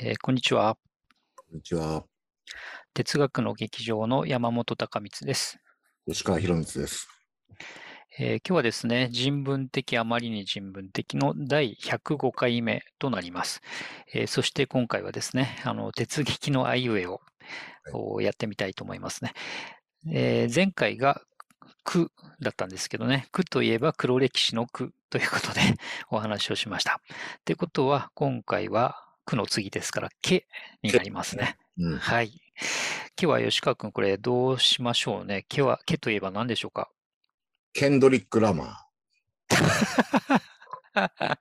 えーこんにちは。こんにちは。哲学の劇場の山本隆光です、吉川博光です。えー今日はですね、人文的あまりに人文的の第105回目となります。えーそして今回はですね、あの、鉄劇のあいうえをはい、をやってみたいと思いますね。えー前回が苦だったんですけどね、苦といえば黒歴史の苦ということで お話をしました。ってことは、今回は苦の次ですから、けにけなりますね。ね。うん。はい。けは吉川君、これどうしましょうね。けは、けといえば何でしょうかケンドリック・ラマー。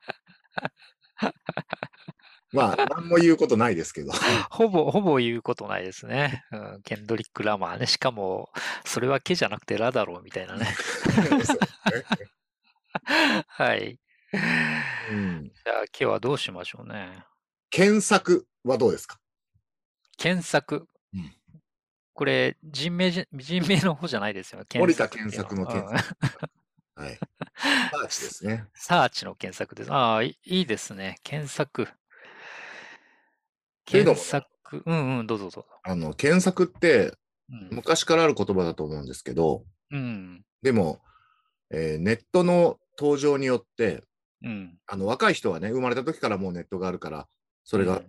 まあ、何も言うことないですけど。 ほぼ、ほぼ言うことないですね。うん、ケンドリック・ラマーね。しかも、それはけじゃなくてラだろうみたいなね。 そうねはい。じうん、ゃあ、けはどうしましょうね。検索はどうですか、検索。うん、これ、人名じゃ、人名の方じゃないですよね。検 森田索っ検ていうの索の検は。うん 索。はい。サーチですね。サーチの検索です。ああ、いいいですね。検索。とい検うのもね、索。うんうん、どうぞどうぞ。あの、検索ってうん。昔からある言葉だと思うんですけど、うん。でも、えーネットの登場によって、うん。あの、若い人はね、生まれた時からもうネットがあるから、そうれが、ん。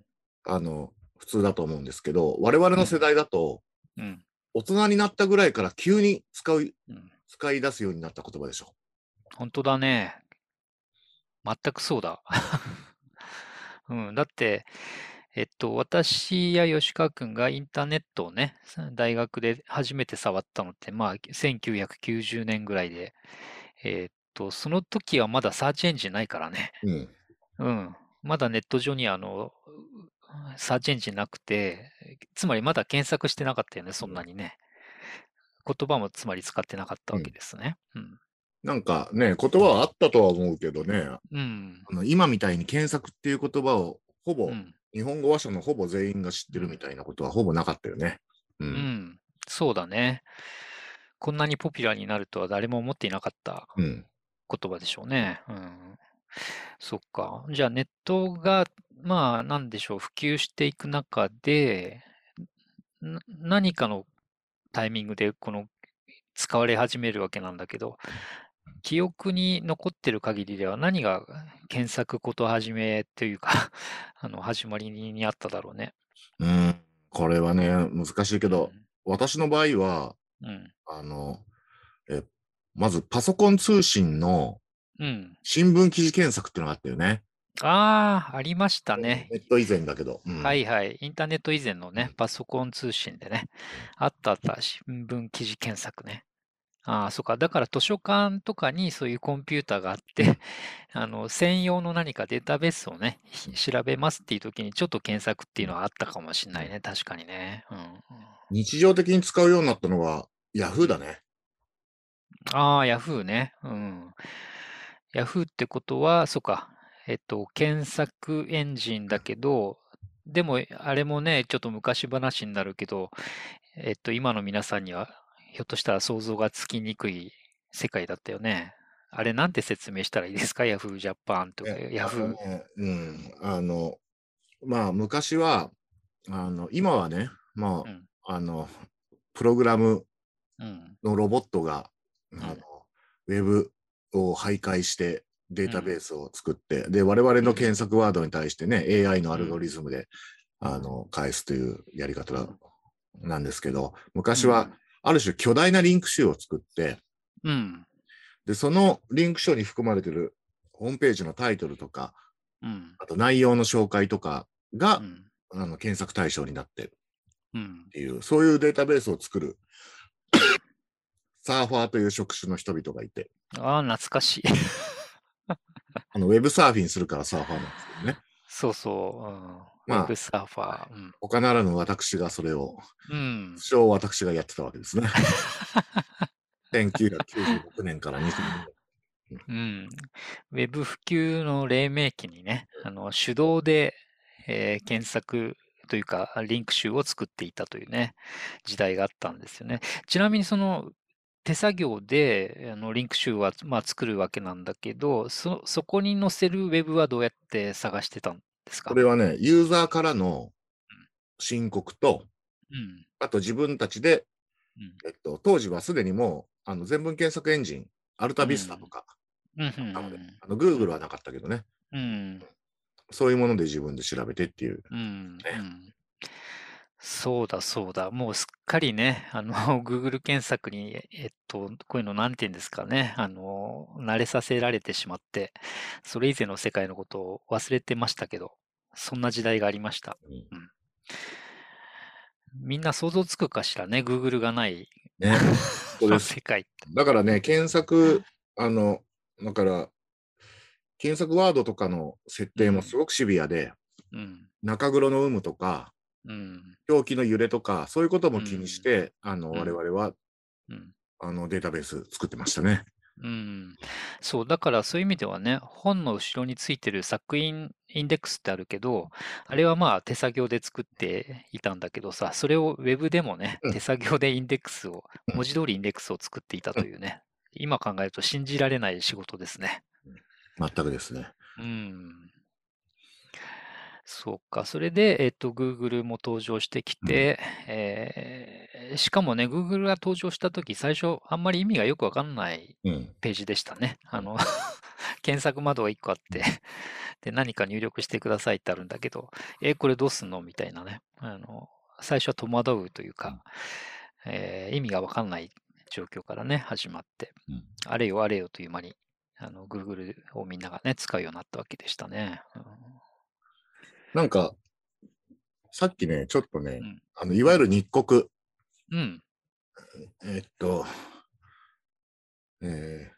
あの、普通だと思うんですけど、我々うの世ん。代だと、うん。大人になったぐらいから急に使う、うん使い出すようになった言葉でしょ。本当だね。全くそうだ。 うん、だって、えっと、私や吉川君がインターネットをね、さ大学で初めて触ったのって、まあ、1990年ぐらいで、えっと、その時はまだサーチエンジンないからね。うん。うん。まだネット上にあの、サーチエンジンなくて、つまりまだ検索してなかったよね、そうん。なんにね。言葉もつまり使ってなかったうわけんですね。うん。なんかね、言葉はあったとは思うけどね、あうん。の今みたいに検索っていう言葉をほうぼ、ん。日本語話者のほぼ全員が知っうてるみん。たいなことはほぼなかったよね。う。うんん、そうだね。こんなにポピュラーになるとは誰も思っていなかったうん。言葉でしょうね。うん。そっか。じゃあネットが、まあ、なんでしょう、普及していく中で、な何かのタイミングでこの使われ始めるわけなんだけど、記憶に残ってる限りでは何が検索こと始めというか あの、始まりにあっただろうね。うん。これはね、難しいけうど、ん。私の場合は、うん。あの、え、まずパソコン通信のうん。新聞記事検索っていうのがあったよね。ああ、ありましたうんね。ネット以前だけど。うはん。いはい。インターネット以前のうね、ん。パソコン通信でね、うあんったあった、新聞記事検索ね。ああ、そうか。だから図書館とかにそういうコンピューターがあって、 あの、専用の何かデータベースをね、うひん調べますっていう時にちょっと検索っていううんのはあったかもしれうないんね。確かにね。うん。うん日常的に使うようになったのは、ヤフーだね。ああ、ヤフーね。うん。ヤフーってことは、そうか。えっと、検索エンジンだけど、でも、あれもね、ちょっと昔話になるけど、えっと、今の皆さんには、ひょっとしたら想像がつきにくい世界だったよね。あれ、なんて説明したらいいですか ?Yahoo Japan とか、えあの Yahoo。ね、うん、あの、まあ、昔は、あの、今はね、まうん、あ、あの、プログラムうん、のロボットが、あうの、ん、ウェブを徘徊してデうータベーん、スを作って、で、我々うのん、検索ワードに対してね、AI のアうルゴん、リズムで、あの、返すというやり方うなんですけど、ん、う昔は、ん、ある種巨大なリンク集を作って、うん、で、そのリンク書に含まれてるホームページのタイトルとか、うん、あと内容の紹介とかうが、ん、あの、検索対象になってるっうん、ていう、そういうデータベースを作るうん。サーファーという職種の人々がいて、ああ、懐かしい。 あの、ウェブサーフィンするからサーファーなんですけどね。そうそう、うん、ウェまブサーフあ、はァいー。うん、他ならぬ私がそれを、うん。不詳私がやってたわ けですね。1996年から2000年。うんうん、ウェブ普及の黎明期にね、あの手動で、えー検索というか、リンク集を作っていたというね、時代があったんですよね。ちなみにその手作業であのリンク集は、まあ、作るわけなんだけど、そ、そこに載せるウェブはどうやって探してたのですかこれはね、ユーザーからの申告と、うん。あと自分たちで、うんえっと、当時はすでにもう、あの、全文検索エンジン、アルタビスタとか、うんなので、あの、Google はなかったけどね、うん。うん。そういうもので自分で調べてっていう。うんうんそうだそうだ。もうすっかりね、 あの、Google 検索に、えっと、こういうのなんて言うんですかね、あの、慣れさせられてしまって、それ以前の世界のことを忘れてましたけど、そんな時代がありました。うんうんみんな想像つくかしらね、Google がないね。そうのです世界って。だからね、検索、あの、だから、検索ワードとかの設定もすごくシビアで、うん、中黒の有無とか、うん、表記の揺れとか、そういうことも気にして、あの、うん、う我ん。々は、うんあの、データベース作ってましたね。うん、そう、だからそういう意味ではね、本の後ろについてる作品インデックスってあるけど、あれはまあ手作業で作っていたんだけどさ、それをウェブでもね、うん、手作業でインデックスを、う文ん、字通りインデックスを作っていたうとん。いうね、今考えると信じられない仕事ですね。全くですね。うん。そうか。それで、えっと、Google も登場してきうん、て、えーしかもね、Google が登場したとき、最初、あんまり意味がよくわかんないうん、ページでしたね。うあん、の、 検索窓が1個あって、 で、何か入力してくださいってあるんだけど、え、これどうすんのみたいなね。あの、最初は戸惑うといううか、ん、えー意味がわかんない状況からね、始まって、うん。あれよあれよという間に、あの、Google をみんながね、使うようになったわけでしたね。なんか、さっきね、ちょっとね、うん。あの、いうわゆん。る日国、うん。えっと、えー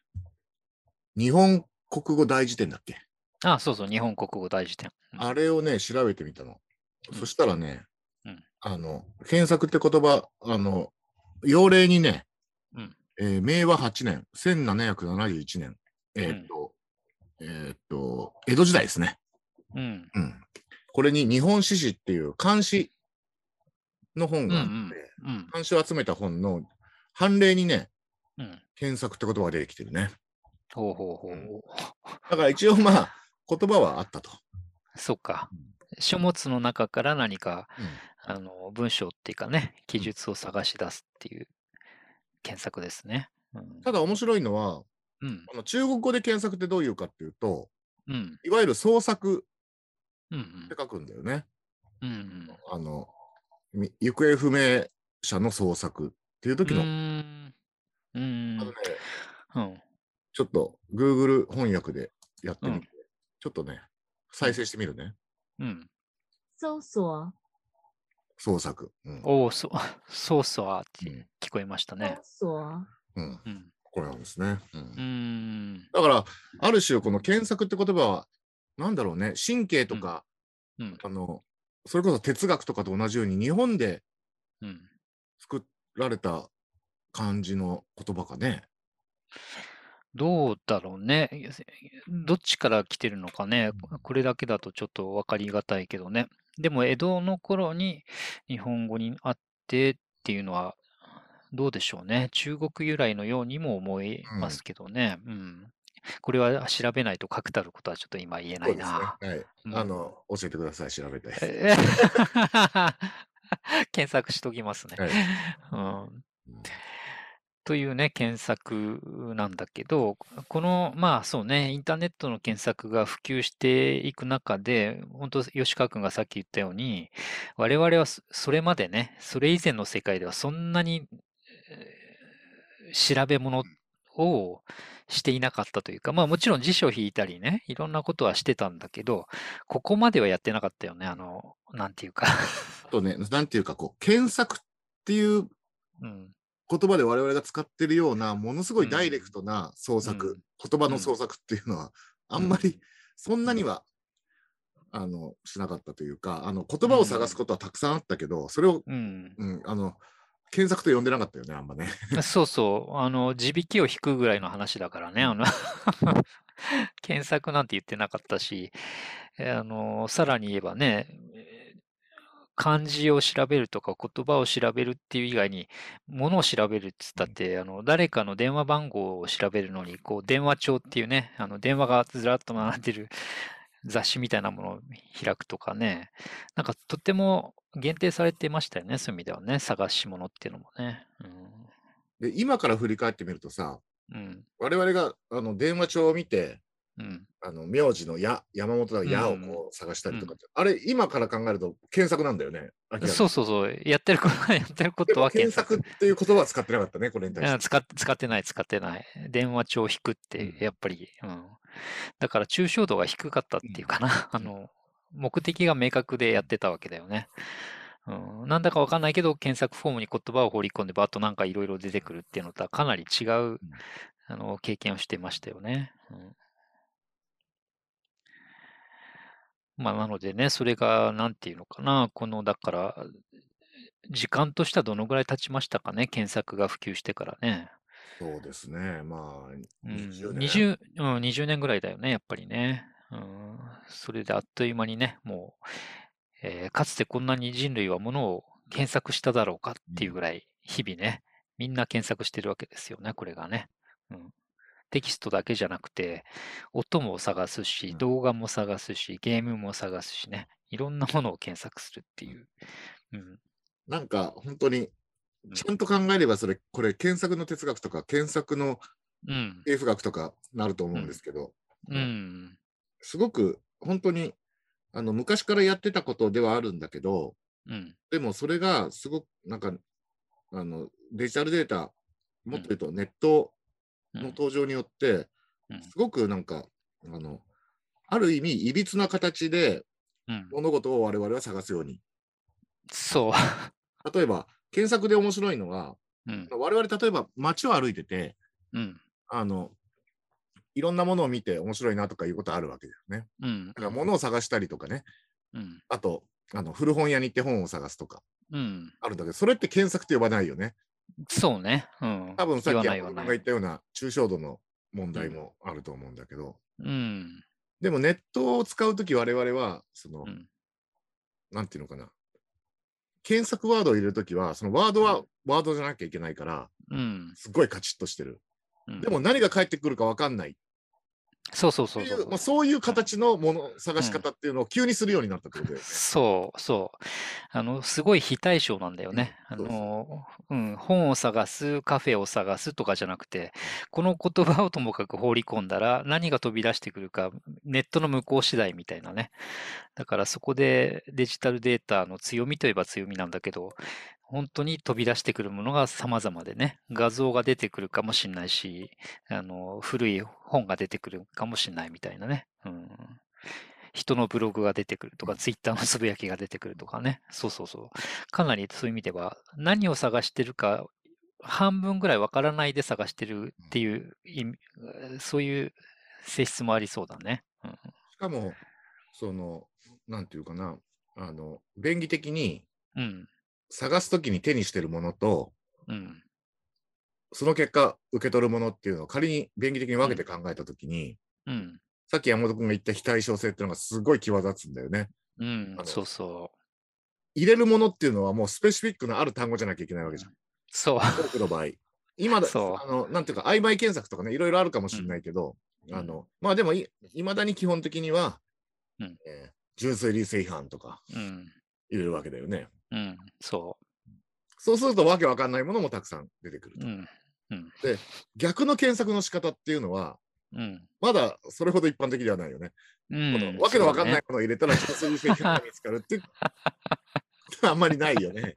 日本国語大辞典だっけああ、そうそう、日本国語大辞典。うん。あれをね、調べてみたの。うそん。したらね、うん。あの、検索って言葉、あの、用例にね、うん。えー明和8年、1771年、うえーっん。と、えーっと、江戸時代ですね。うん。うん。これに日本史史っていう漢詩の本うがあって、ん。うん。漢詩を集めた本の判例にね、うん。検索って言葉が出てきてるね。ほうほうほう。うんほう。だから一応まあ、言葉はあったと。そうか。うん。書物の中から何か、うん。あの、文章っていうかね、記うん述を探し出すっていう検索ですね。うん。ただ面白いのは、うん。あの中国語で検索ってどういうかっていうと、うん。いわゆる創作うってん。書くんだよね。うん。あの、み行方不明者の捜索っていうう時の、ん。うーん。うあのん。ね、うん。ちょっと Google 翻訳でやっうてみん。て、ちょっとね、う再ん。生してみるね。うん搜索。捜索。うん。おお、そ、 そうそうあっうてん。聞こえましたね。捜索。うん。うん。これなんですね。うん。うーん。だから、ある種、この検索って言葉は、なんだろうね、神経うとん。か、うん。あの、それこそ哲学とかと同じように、日本でうん。作られた感じの言葉かね。どうだろうね。いやせどっちから来てるのかね。ここれだけだとちょっと分かりがたいけどね。でも江戸の頃に日本語にあってっていうのはどうでしょうね。中国由来のようにも思いうまん。すけどね。うん。これは調べないと確たることはちょっと今言えなそういですね。な。はい。うあん。の、教えてください。調べて。え 検索しときますね。はい。うん。うんというね、検索なんだけど、この、まあそうね、インターネットの検索が普及していく中で、本当吉川君がさっき言ったように、我々はそそれまでね、それ以前の世界ではそんなに、えー調べ物をしていなかったというか、まあもちろん辞書を引いたりね、いろんなことはしてたんだけど、ここまではやってなかったよね、あの、なんていうかあとね、なんていうか、こう、検索っていううん、言葉で我々が使ってるような、ものすごういダイレクん、トな創う作、ん、言葉うの創ん、作っていうのは、 あうんまりん、そんうなにん。は、あの、しなかったというか、あの、言う葉を探すんことはたくさんあったけど、それを、うん、うん、あの、検索と呼んでなかったよね、あんまね。 そうそう、あの、地引きを引くぐらいの話だからうね、あん、の 検索なんて言ってなかったし、えあの、さらに言えばね、えー漢字を調べるとか言葉を調べるっていう以外に、物を調べるって言ったって、あの、誰かの電話番号を調べるのに、こう、電話帳っていうね、あの、電話がずらっと並んでる 雑誌みたいなものを開くとかね、なんかとても限定されてましたよね、そういう意味ではね、探し物っていうのもね。で今から振り返ってみるとさうん、うん、我々があの電話帳を見てうん。あの名字のや山本の矢をこう探したりとかって、あれ今から考えると検索なんだよね。明らかにそうそうそう、やってること、やってるこでともは検索っていう言葉は使ってなかったねこれに対しうんて。使っ使ってない、使ってない。電話帳を引くっうんて、やっぱり、うん。だから、抽象度が低かったっていうかな。あの、目的が明確でやってたわけだよね。うん、なんだかわかんないけど、検索フォームに言葉を放り込んで、バーッとなんかいろいろ出てくるっていうのとは、かなり違う、あの、経験をしてましたよね。うん。まあ、なのでね、それが、なんていうのかな、この、だから、時間としてはどのぐらい経ちましたかね、検索が普及してからね。そうですねまあうん20年。 20うん、20年ぐらいだよね、やっぱりね。うん、それであっという間にね、もう、えーかつてこんなに人類はものを検索しただろうかっていうぐらい、日々ね、みんな検索してるわけですよね、これがね。うん、テキストだけじゃなくて、音も探すうし、ん動画も探すし、ゲームも探すしね、いろんなものを検索するっていう。うん、なんか本当にうんちゃんと考えればそれこれ検索の哲学とか検索のうん、政府学とかなると思うんですけど、うん、すごく本当にあの昔からやってたことではあるんだけどうん、でもそれがすごくなんかあのデジタルデータもっと言うとネットうのん、登場によってうんすごくなんかあのある意味いびつな形でうん、物事を我々は探すようにそ例えば検索で面白いのはう、うん、我々例えば街を歩いててうん、あのいろんなものを見て面白いなとかいうことあるわけですね。うんだ、から物を探したりとかねうん、あとあの古本屋に行って本を探すとかうん。あるんだけどそれって検索って呼ばないよね。そうね。うん。多分さっき言わな山い本わ君がな言い。ったような抽象度の問題もあると思うんだけど、うん。でもネットを使うとき我々はその、うん。なんていうのかな検索ワードを入れるときはそのワードうはんワードじゃなきゃいけないからうん。すっごいカチッとしてる。うんでも、何が返ってくるか分かんないそうそうそっうていそうう。まあ、そういう形のもの探し方っていうのを急にするようになったってことだよね。そうそう。あの、すごい非対称なんだよね。あそうそうの、うん、本を探す、カフェを探すとかじゃなくて、この言葉をともかく放り込んだら、何が飛び出してくるか、ネットの向こう次第みたいなね。だからそこでデジタルデータの強みといえば強みなんだけど、本当に飛び出してくるものが様々でね、画像が出てくるかもしれないし、あの、古い本が出てくるかもしれないみたいなね。うん人のブログが出てくるとか、ツイッターのつぶやきが出てくるとかね。そうそうそう。かなりそういう意味では、何を探してるか、半分ぐらいわからないで探してるっていう意味、そういう性質もありそうだね。うんしかもそのなんていうかなあの便宜的にうん。探すときに手にしてるものとうん。その結果受け取るものっていうのを仮に便宜的に分けて考えたときに、うん。さっき山本君が言った非対称性っていうのがすごい際立つんだよね。うんあ。のそうそう。入れるものっていうのはもうスペシフィックのある単語じゃなきゃいけないわけじゃん。そう。多くの場合。今 だそうあの、なんていうか、曖昧検索とかね、いろいろあるかもしれないけど、んあの、まあでもい、いまだに基本的には、うんえー純粋理性違反とかうん。入れるわけだよね。うん。そそうすると、わけわかんないものもたくさん出てくるう。うと。ん。逆の検索の仕方っていうのは、うん。まだそれほど一般的ではないよね。うんこのわけのわかんな。いそものを入れたら、純粋理性違反が見つかるって いう、あんまりないよね。うね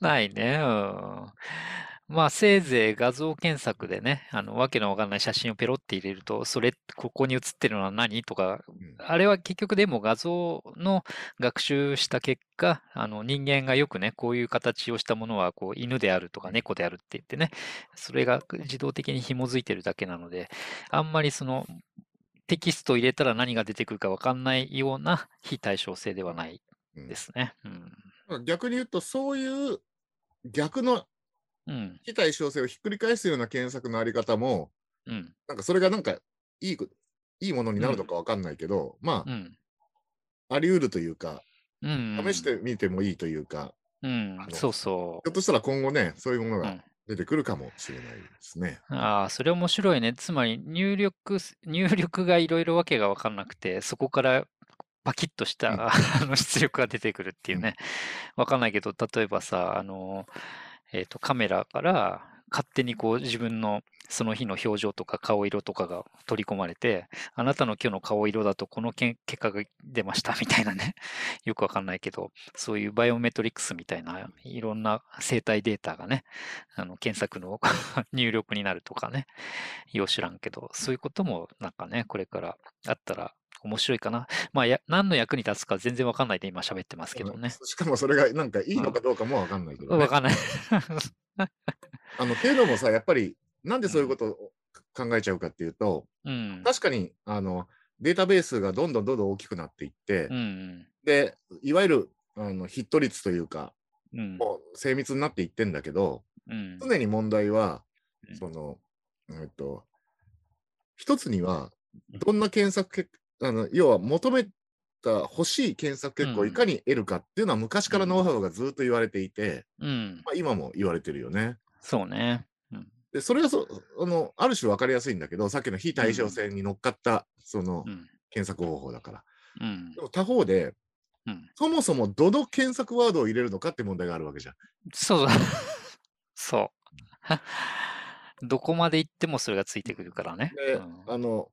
ないね。うん。まあ、せいぜい画像検索でね、あの、わけのわかんない写真をペロって入れると、それ、ここに写ってるのは何とか、んあれは結局でも画像の学習した結果、あの、人間がよくね、こういう形をしたものは、こう、犬であるとか猫であるって言ってね、それが自動的に紐づいてるだけなので、あんまりその、テキストを入れたら何が出てくるかわかんないような非対称性ではないうんですね。うん。逆に言うと、そういう逆のうん。非対称性をひっくり返すような検索のあり方も、うん。なんかそれがなんかいいこいいものになるのかわかんないけど、まうん。うんあ、あり得るというか、うんうん試してみてもいいというか、うんあ、のそうそうひょっ。としたら今後ね、そういうものうがん出てくるかもしれないですね。ああ、それ面 白いね。つまり入力す、入力がいろいろわけが分かんなくて、そこからパキッとした、うんあの出力が出てくるっていうね。わかんないけど、例えばさ、あの、えっ、と、カメラから勝手にこう自分のその日の表情とか顔色とかが取り込まれて、あなたの今日の顔色だとこのけん結果が出ましたみたいなね。 よくわかんないけど、そういうバイオメトリクスみたいな、いろんな生体データがね、あの検索の 入力になるとかね。よう知らんけど、そういうこともなんかね、これからあったら面白いかな。まあ、や何の役に立つか全然わかんないで今喋ってますけどね。しかもそれがなんかいいのかどうかもわかんないけど、わね。かんない。あの、けれどもさ、やっぱり、なんでそういうことを考えちゃうかっていうと、うん。確かに、あの、データベースがどんどんどんどん大きくなっていって、うんで、いわゆる、あの、ヒット率というか、うん。うん。もう精密になっていってんだけど、うん。常に問題はうん、その、えっと、一つには、どんな検索結果、あの要は求めた欲しい検索結果をいかに得るかっていうのは昔からノウハウがずっと言われていて、うん。まあ、今も言われてるよね。そうね。で、それはそあのある種分かりやすいんだけど、さっきの非対称性に乗っかった、そのうん。検索方法だから。うんで。も他方で、うん。そもそもどの検索ワードを入れるのかって問題があるわけじゃん。そうだ。そう。 どこまで行ってもそれがついてくるからね。で、あの、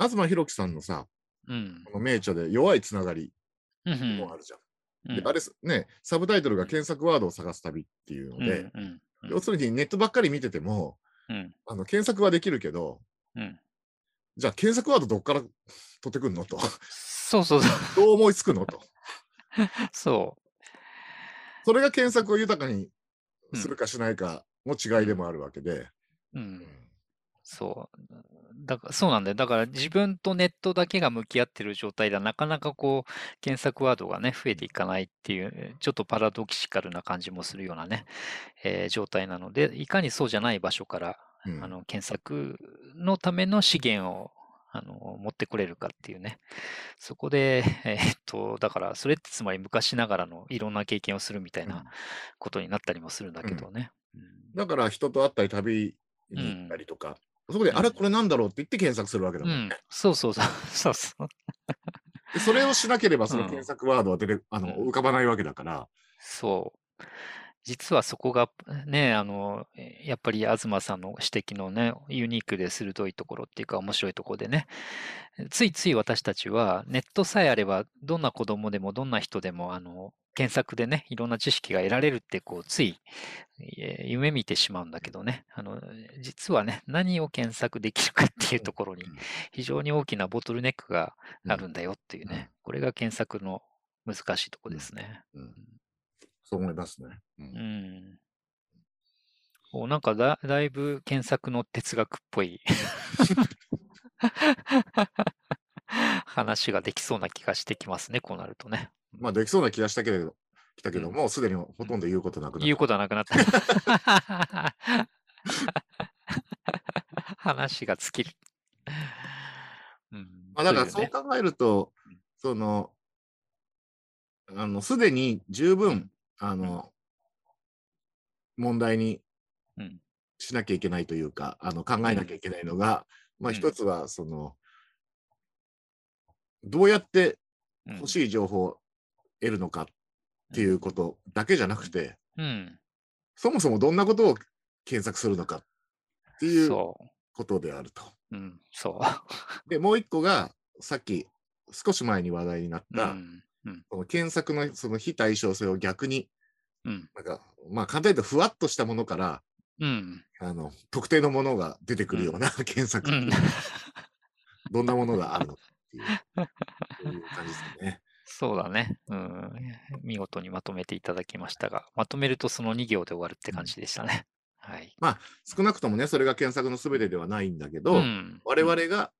東博樹さんのさ、うん。この名著で弱いつながりうん。もあるじゃん。うんであれすね、サブタイトルが検索ワードを探す旅っていうのうん。うで、ん。うん要するにネットばっかり見てても、うん。あの検索はできるけど、うんじゃあ検索ワードどっから取ってくんの と、そうそうそう。どう思いつくのと、そそれが検索を豊かにするかしないかの違いでもあるわけで、う。ううんん。そう。だから、そうなんだよ。だから自分とネットだけが向き合ってる状態ではなかなかこう、検索ワードがね、増えていかないっていう、ちょっとパラドキシカルな感じもするようなね、えー状態なので、いかにそうじゃない場所から、うんあの、検索のための資源を、あの、持ってこれるかっていうね。そこで、えーっと、だから、それってつまり昔ながらのいろんな経験をするみたいなことになったりもするんだけどね。だから人と会ったり旅に行ったりとか、そこで、うんあれこれなんだろうって言って検索するわけだうもん、ん、そうそうそう、そうそう。でそれをしなければそのうん検索ワードは出て、あのうん浮かばないわけだから、そう。実はそこがね、あの、えやっぱり東さんの指摘のね、ユニークで鋭いところっていうか面白いところでね、ついつい私たちはネットさえあれば、どんな子供でもどんな人でも、あの、検索でね、いろんな知識が得られるって、こう、つい、えー夢見てしまうんだけどね、あの、実はね、何を検索できるかっていうところにうん、非常に大きなボトルネックがあるんだよっていううんね、これが検索の難しいとこですね。うんそう思いますね。うんうん。お、なんかだ、だいぶ検索の哲学っぽい 話ができそうな気がしてきますね、こうなるとね。まあできそうな気がしたけれど、きたけども、すでにほとんど言うことなくな言うっことはなくなった。 話が尽きる。うん、まあ、だからそそううよね考えると、その、あの、すでに十分、あの、問題にうんしなきゃいけないというか、あの、考えなきゃいけないのが、まうんあ一つは、その、どうやってうん欲しい情報を得るのかっていうことだけじゃなくて、うん、そもそもどんなことを検索するのかっていうそことであると。う。うん、そう。で、もう一個が、さっき、少し前に話題になっうた、ん、うん、この検索のその非対称性を逆に、うん、なんか、まあ簡単に言うとふわっとしたものから、うん、あの、特定のものが出てくるような検索、うん。どんなものがあるのかっていう、そういう感じですかね。そうだね。うん。見事にまとめていただきましたが、まとめるとその2行で終わるって感じでしたね。はい。少なくともね、それが検索のすべてではないんだけど、ん我々が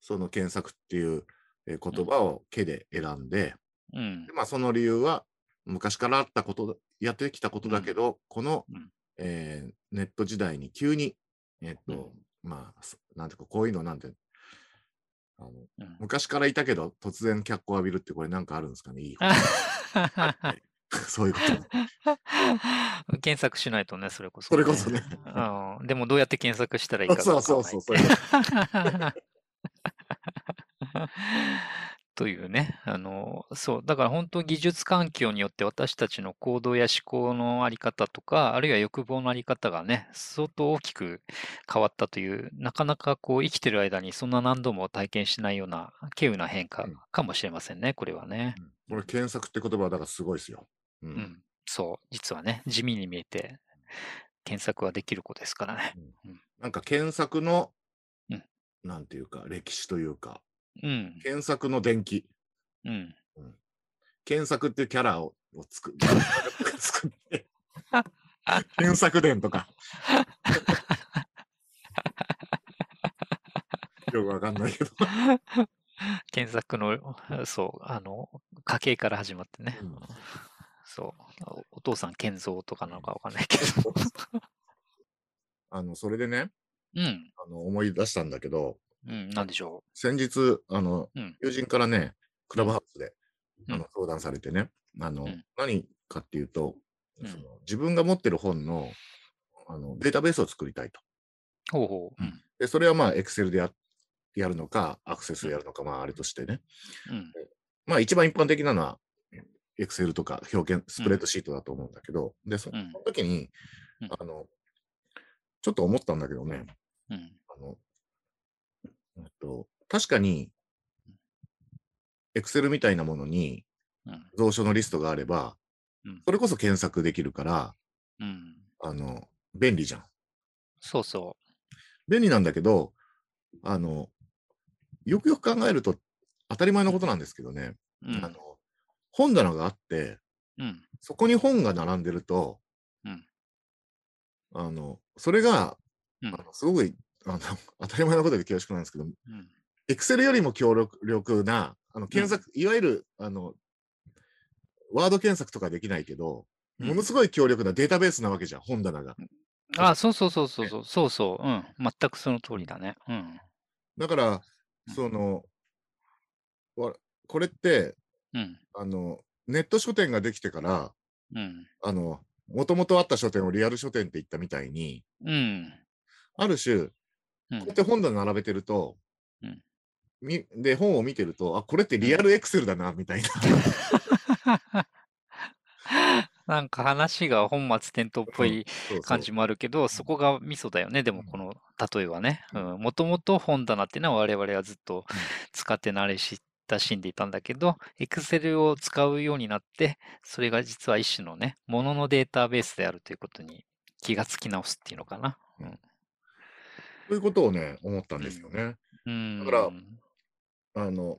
その検索っていうえー言葉を毛で選んで、うんで。まあ、その理由は昔からあったことだやってきたことだけど、この、うんえーネット時代に急に、えっとまあすなんていうかこういうのなんてあのうん。昔からいたけど突然脚光浴びるってこれなんかあるんですかねいいこあ とそういうこと検索しないとね、それこそ、それこそね。うん。でもどうやって検索したらいいかどそうかうそわうかんないってそうそういうこ というね、あの、そう、だから本当技術環境によって私たちの行動や思考のあり方とか、あるいは欲望のあり方がね、相当大きく変わったという、なかなかこう生きてる間にそんな何度も体験しないような、稀有な変化うんかもしれませんね、これはね。うんこれ検索って言葉はだからすごいですよ。ううんん、そう、実はね、地味に見えて、検索はできる子ですから ね。なんか検索の、うんなんていうか歴史というかうん、検索の伝記うん。検索っていうキャラをを作作って検索伝 とかよくわかんないけど、検索の、そう、あの、家系から始まってね。うんそう。おお父さん、健三とかなのかわかんないけど。あのそれでね うん。あの思い出したんだけどうん、なんでしょ先日あの、うん友人からねクラブハウスで、うんあの相談されてねあの、うん何かっていうと、うんその自分が持ってる本のあのデータベースを作りたいと。う。ほうほう。うん。で、それはまあ、エクセルでややるのか、アクセスやるのか、まあ、あれとしてね。うん。まあ、一番一般的なのは、エクセルとか表現、スプレッドシートだと思うんだけど、で、そそうんの時にうん、あの、ちょっと思ったんだけどね、うん。あの、えっと、確かに、エクセルみたいなものに、うん。蔵書のリストがあればうん、それこそ検索できるから、うん。あの、便利じゃん。そうそ便利なんだけど、あの、よくよく考えると当たり前のことなんですけどね、う。うあん。の本棚があって、うん。そこに本が並んでると、うんあの、それが、うんあのすごい、あの、 当たり前のことで恐縮なんですけど、うん。 Excel よりも強力力な、あの、検索、いわゆる、あの、ワード検索とかできないけど、うんものすごい強力なデータベースなわけじゃん、本棚が。あ、そうそうそうそうそう。そうそう。うん。全くその通りだね。うん。だからう、んその、わこれって、うん。あの、ネット書店ができてから、うん。あの、もともとあった書店をリアル書店って言ったみたいに、うん。ある種、こうんうやって本棚並べてると、うんみで、本を見てると、あ、これってリアルエクセルだな、みた いな。なんか話が本末転倒っぽいそうそう感じもあるけど、そこがミソだよね、でもこの例えはね。もともと本棚っていうのは我々はずっと使って慣れ親しんでいたんだけど、Excel を使うようになって、それが実は一種のね、もののデータベースであるということに気がつき直すっていうのかな。ということをね、思ったんですよね。うん。だからあの、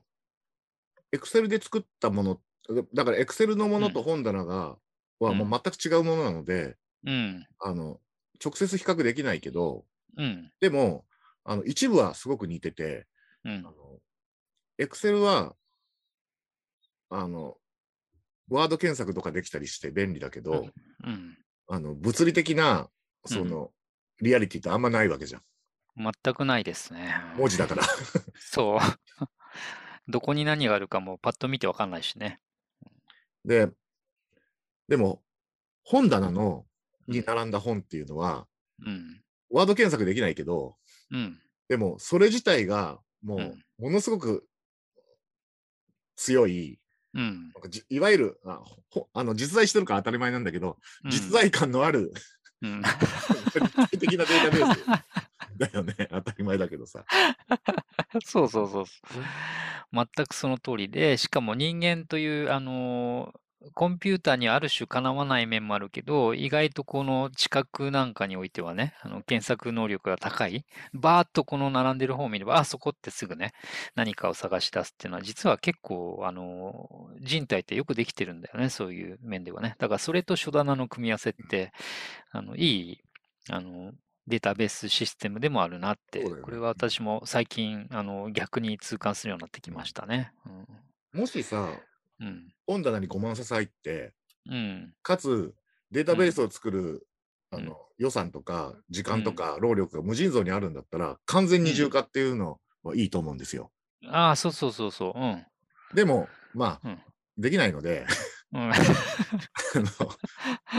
エクセルで作ったもの、だからエクセルのものと本棚が、はもう全く違うものなので、うん、あの、直接比較できないけど、うん、でも、あの、一部はすごく似てて、うあん、の、エクセルは、あの、ワード検索とかできたりして便利だけど、うん。あの、物理的な、その、リアリティってあんまないわけじゃん。全くないですね。文字 だから。そう。どこに何があるかもパッと見てわかんないしね。で、でも、本棚うの、んに並んだ本っていうのは、うん、ワード検索できないけど、うん、でも、それ自体が、もう、うんものすごく強い、うん。なんかじいわゆるあほあの、実在してるから当たり前なんだけど、うん実在感の ある、うん。立体的なデータベースだよね。当たり前だけどさ。そうそう そうそう。全くその通りで、しかも人間という、あのーコンピューターにある種かなわない面もあるけど、意外とこの知覚なんかにおいてはね、あの検索能力が高い、バーッとこの並んでる方を見れば、あ、そこってすぐね、何かを探し出すっていうのは、実は結構、あのー人体ってよくできてるんだよね、そういう面ではね。だからそれと書棚の組み合わせって、あのいい、あのデータベースシステムでもあるなって、そうだよねこれは私も最近あの逆に痛感するようになってきましたね。もしさ、うん。うん。本棚に5万冊入って、うん。かつデータベースを作る、うんあの予算とか時間とか労力が無尽蔵にあるんだったら、完全二重化っていうのはいいと思うんですよ。ああ、そうそうそうそう。うん。でも、まあ、うんできないので、うん、 あの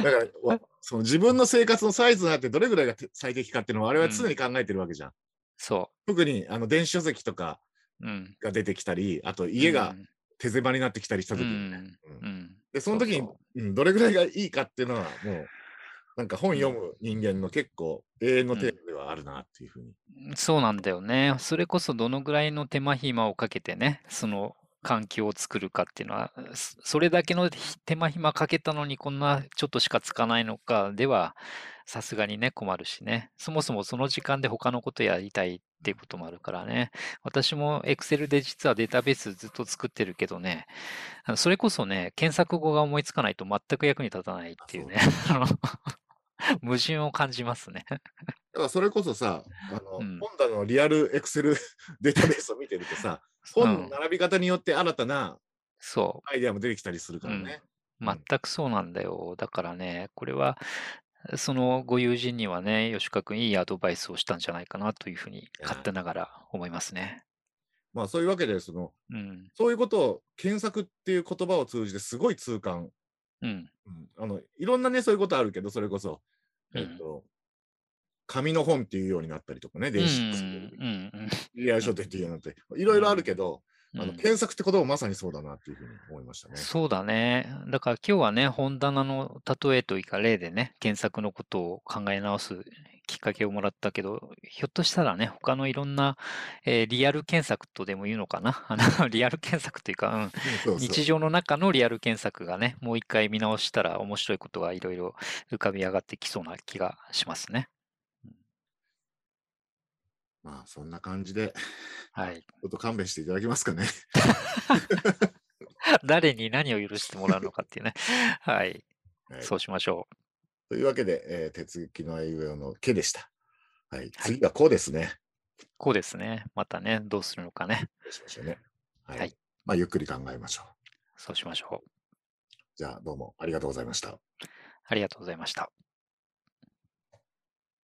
だからわその自分の生活のサイズになってどれぐらいがて最適かっていうのは我々は常に考えてるわけじゃん。そ特にあの電子書籍とかうん。が出てきたり、あと家うがん手狭になってきたりした時にね。ううんんうんで、その時にそううんどれぐらいがいいかっていうのは、もう、なんか本読む人間の結構永遠のテーマではあるなっていうふうに。そうなんだよね。それこそどのぐらいの手間暇をかけてね、その環境を作るかっていうのは、そそれだけのひ手間暇かけたのにこんなちょっとしかつかないのかでは、さすがにね、困るしね。そもそもその時間で他のことやりたいっていうこともあるからね。私も Excel で実はデータベースずっと作ってるけどね、あのそれこそね、検索語が思いつかないと全く役に立たないっていうね、あの 矛盾を感じますね。だからそれこそさ、あの、うん本棚のリアルエクセル データベースを見てるとさ、う本のん、並び方によって新たなそう。アイデアも出てきたりするからね。う全んくそうなんだよ。だからね、これは、そのご友人にはね、吉川君、いいアドバイスをしたんじゃないかなというふうに、や勝手ながら思いますね。まあそういうわけで、その、うん、そういうことを検索っていう言葉を通じてすごい痛感。うん、うんあの、いろんなね、そういうことあるけど、それこそ、うんえっ、と、紙の本っていうようになったりとかね、うん、う電子書籍よりん、うんリアル書店っていうようになって、いろいろあるけうど、ん あうのん。検索ってこともまさにそうだなっていうふうに思いましたね。そうだね。だから今日はね、本棚の例えというか例でね、検索のことを考え直すきっかけをもらったけど、ひょっとしたらね、他のいろんな、えーリアル検索とでも言うのかな。あのリアル検索というか、うん、うん そうそ日う。常の中のリアル検索がね、もう一回見直したら面白いことがいろいろ浮かび上がってきそうな気がしますね。まあそんな感じで、はい。 ちょっと勘弁していただけますかね。誰に何を許してもらうのかっていうね。 はい。はい、そうしましょというわけで、えー手続きのあいうえおのけでした。はい、はい次はこうですね。う。こうですね。またね、どうするのかね。どうしましょうね。はい。はいまあゆっくり考えましょう。そうしましょう。じゃあどうもありがとうございました。ありがとうございました。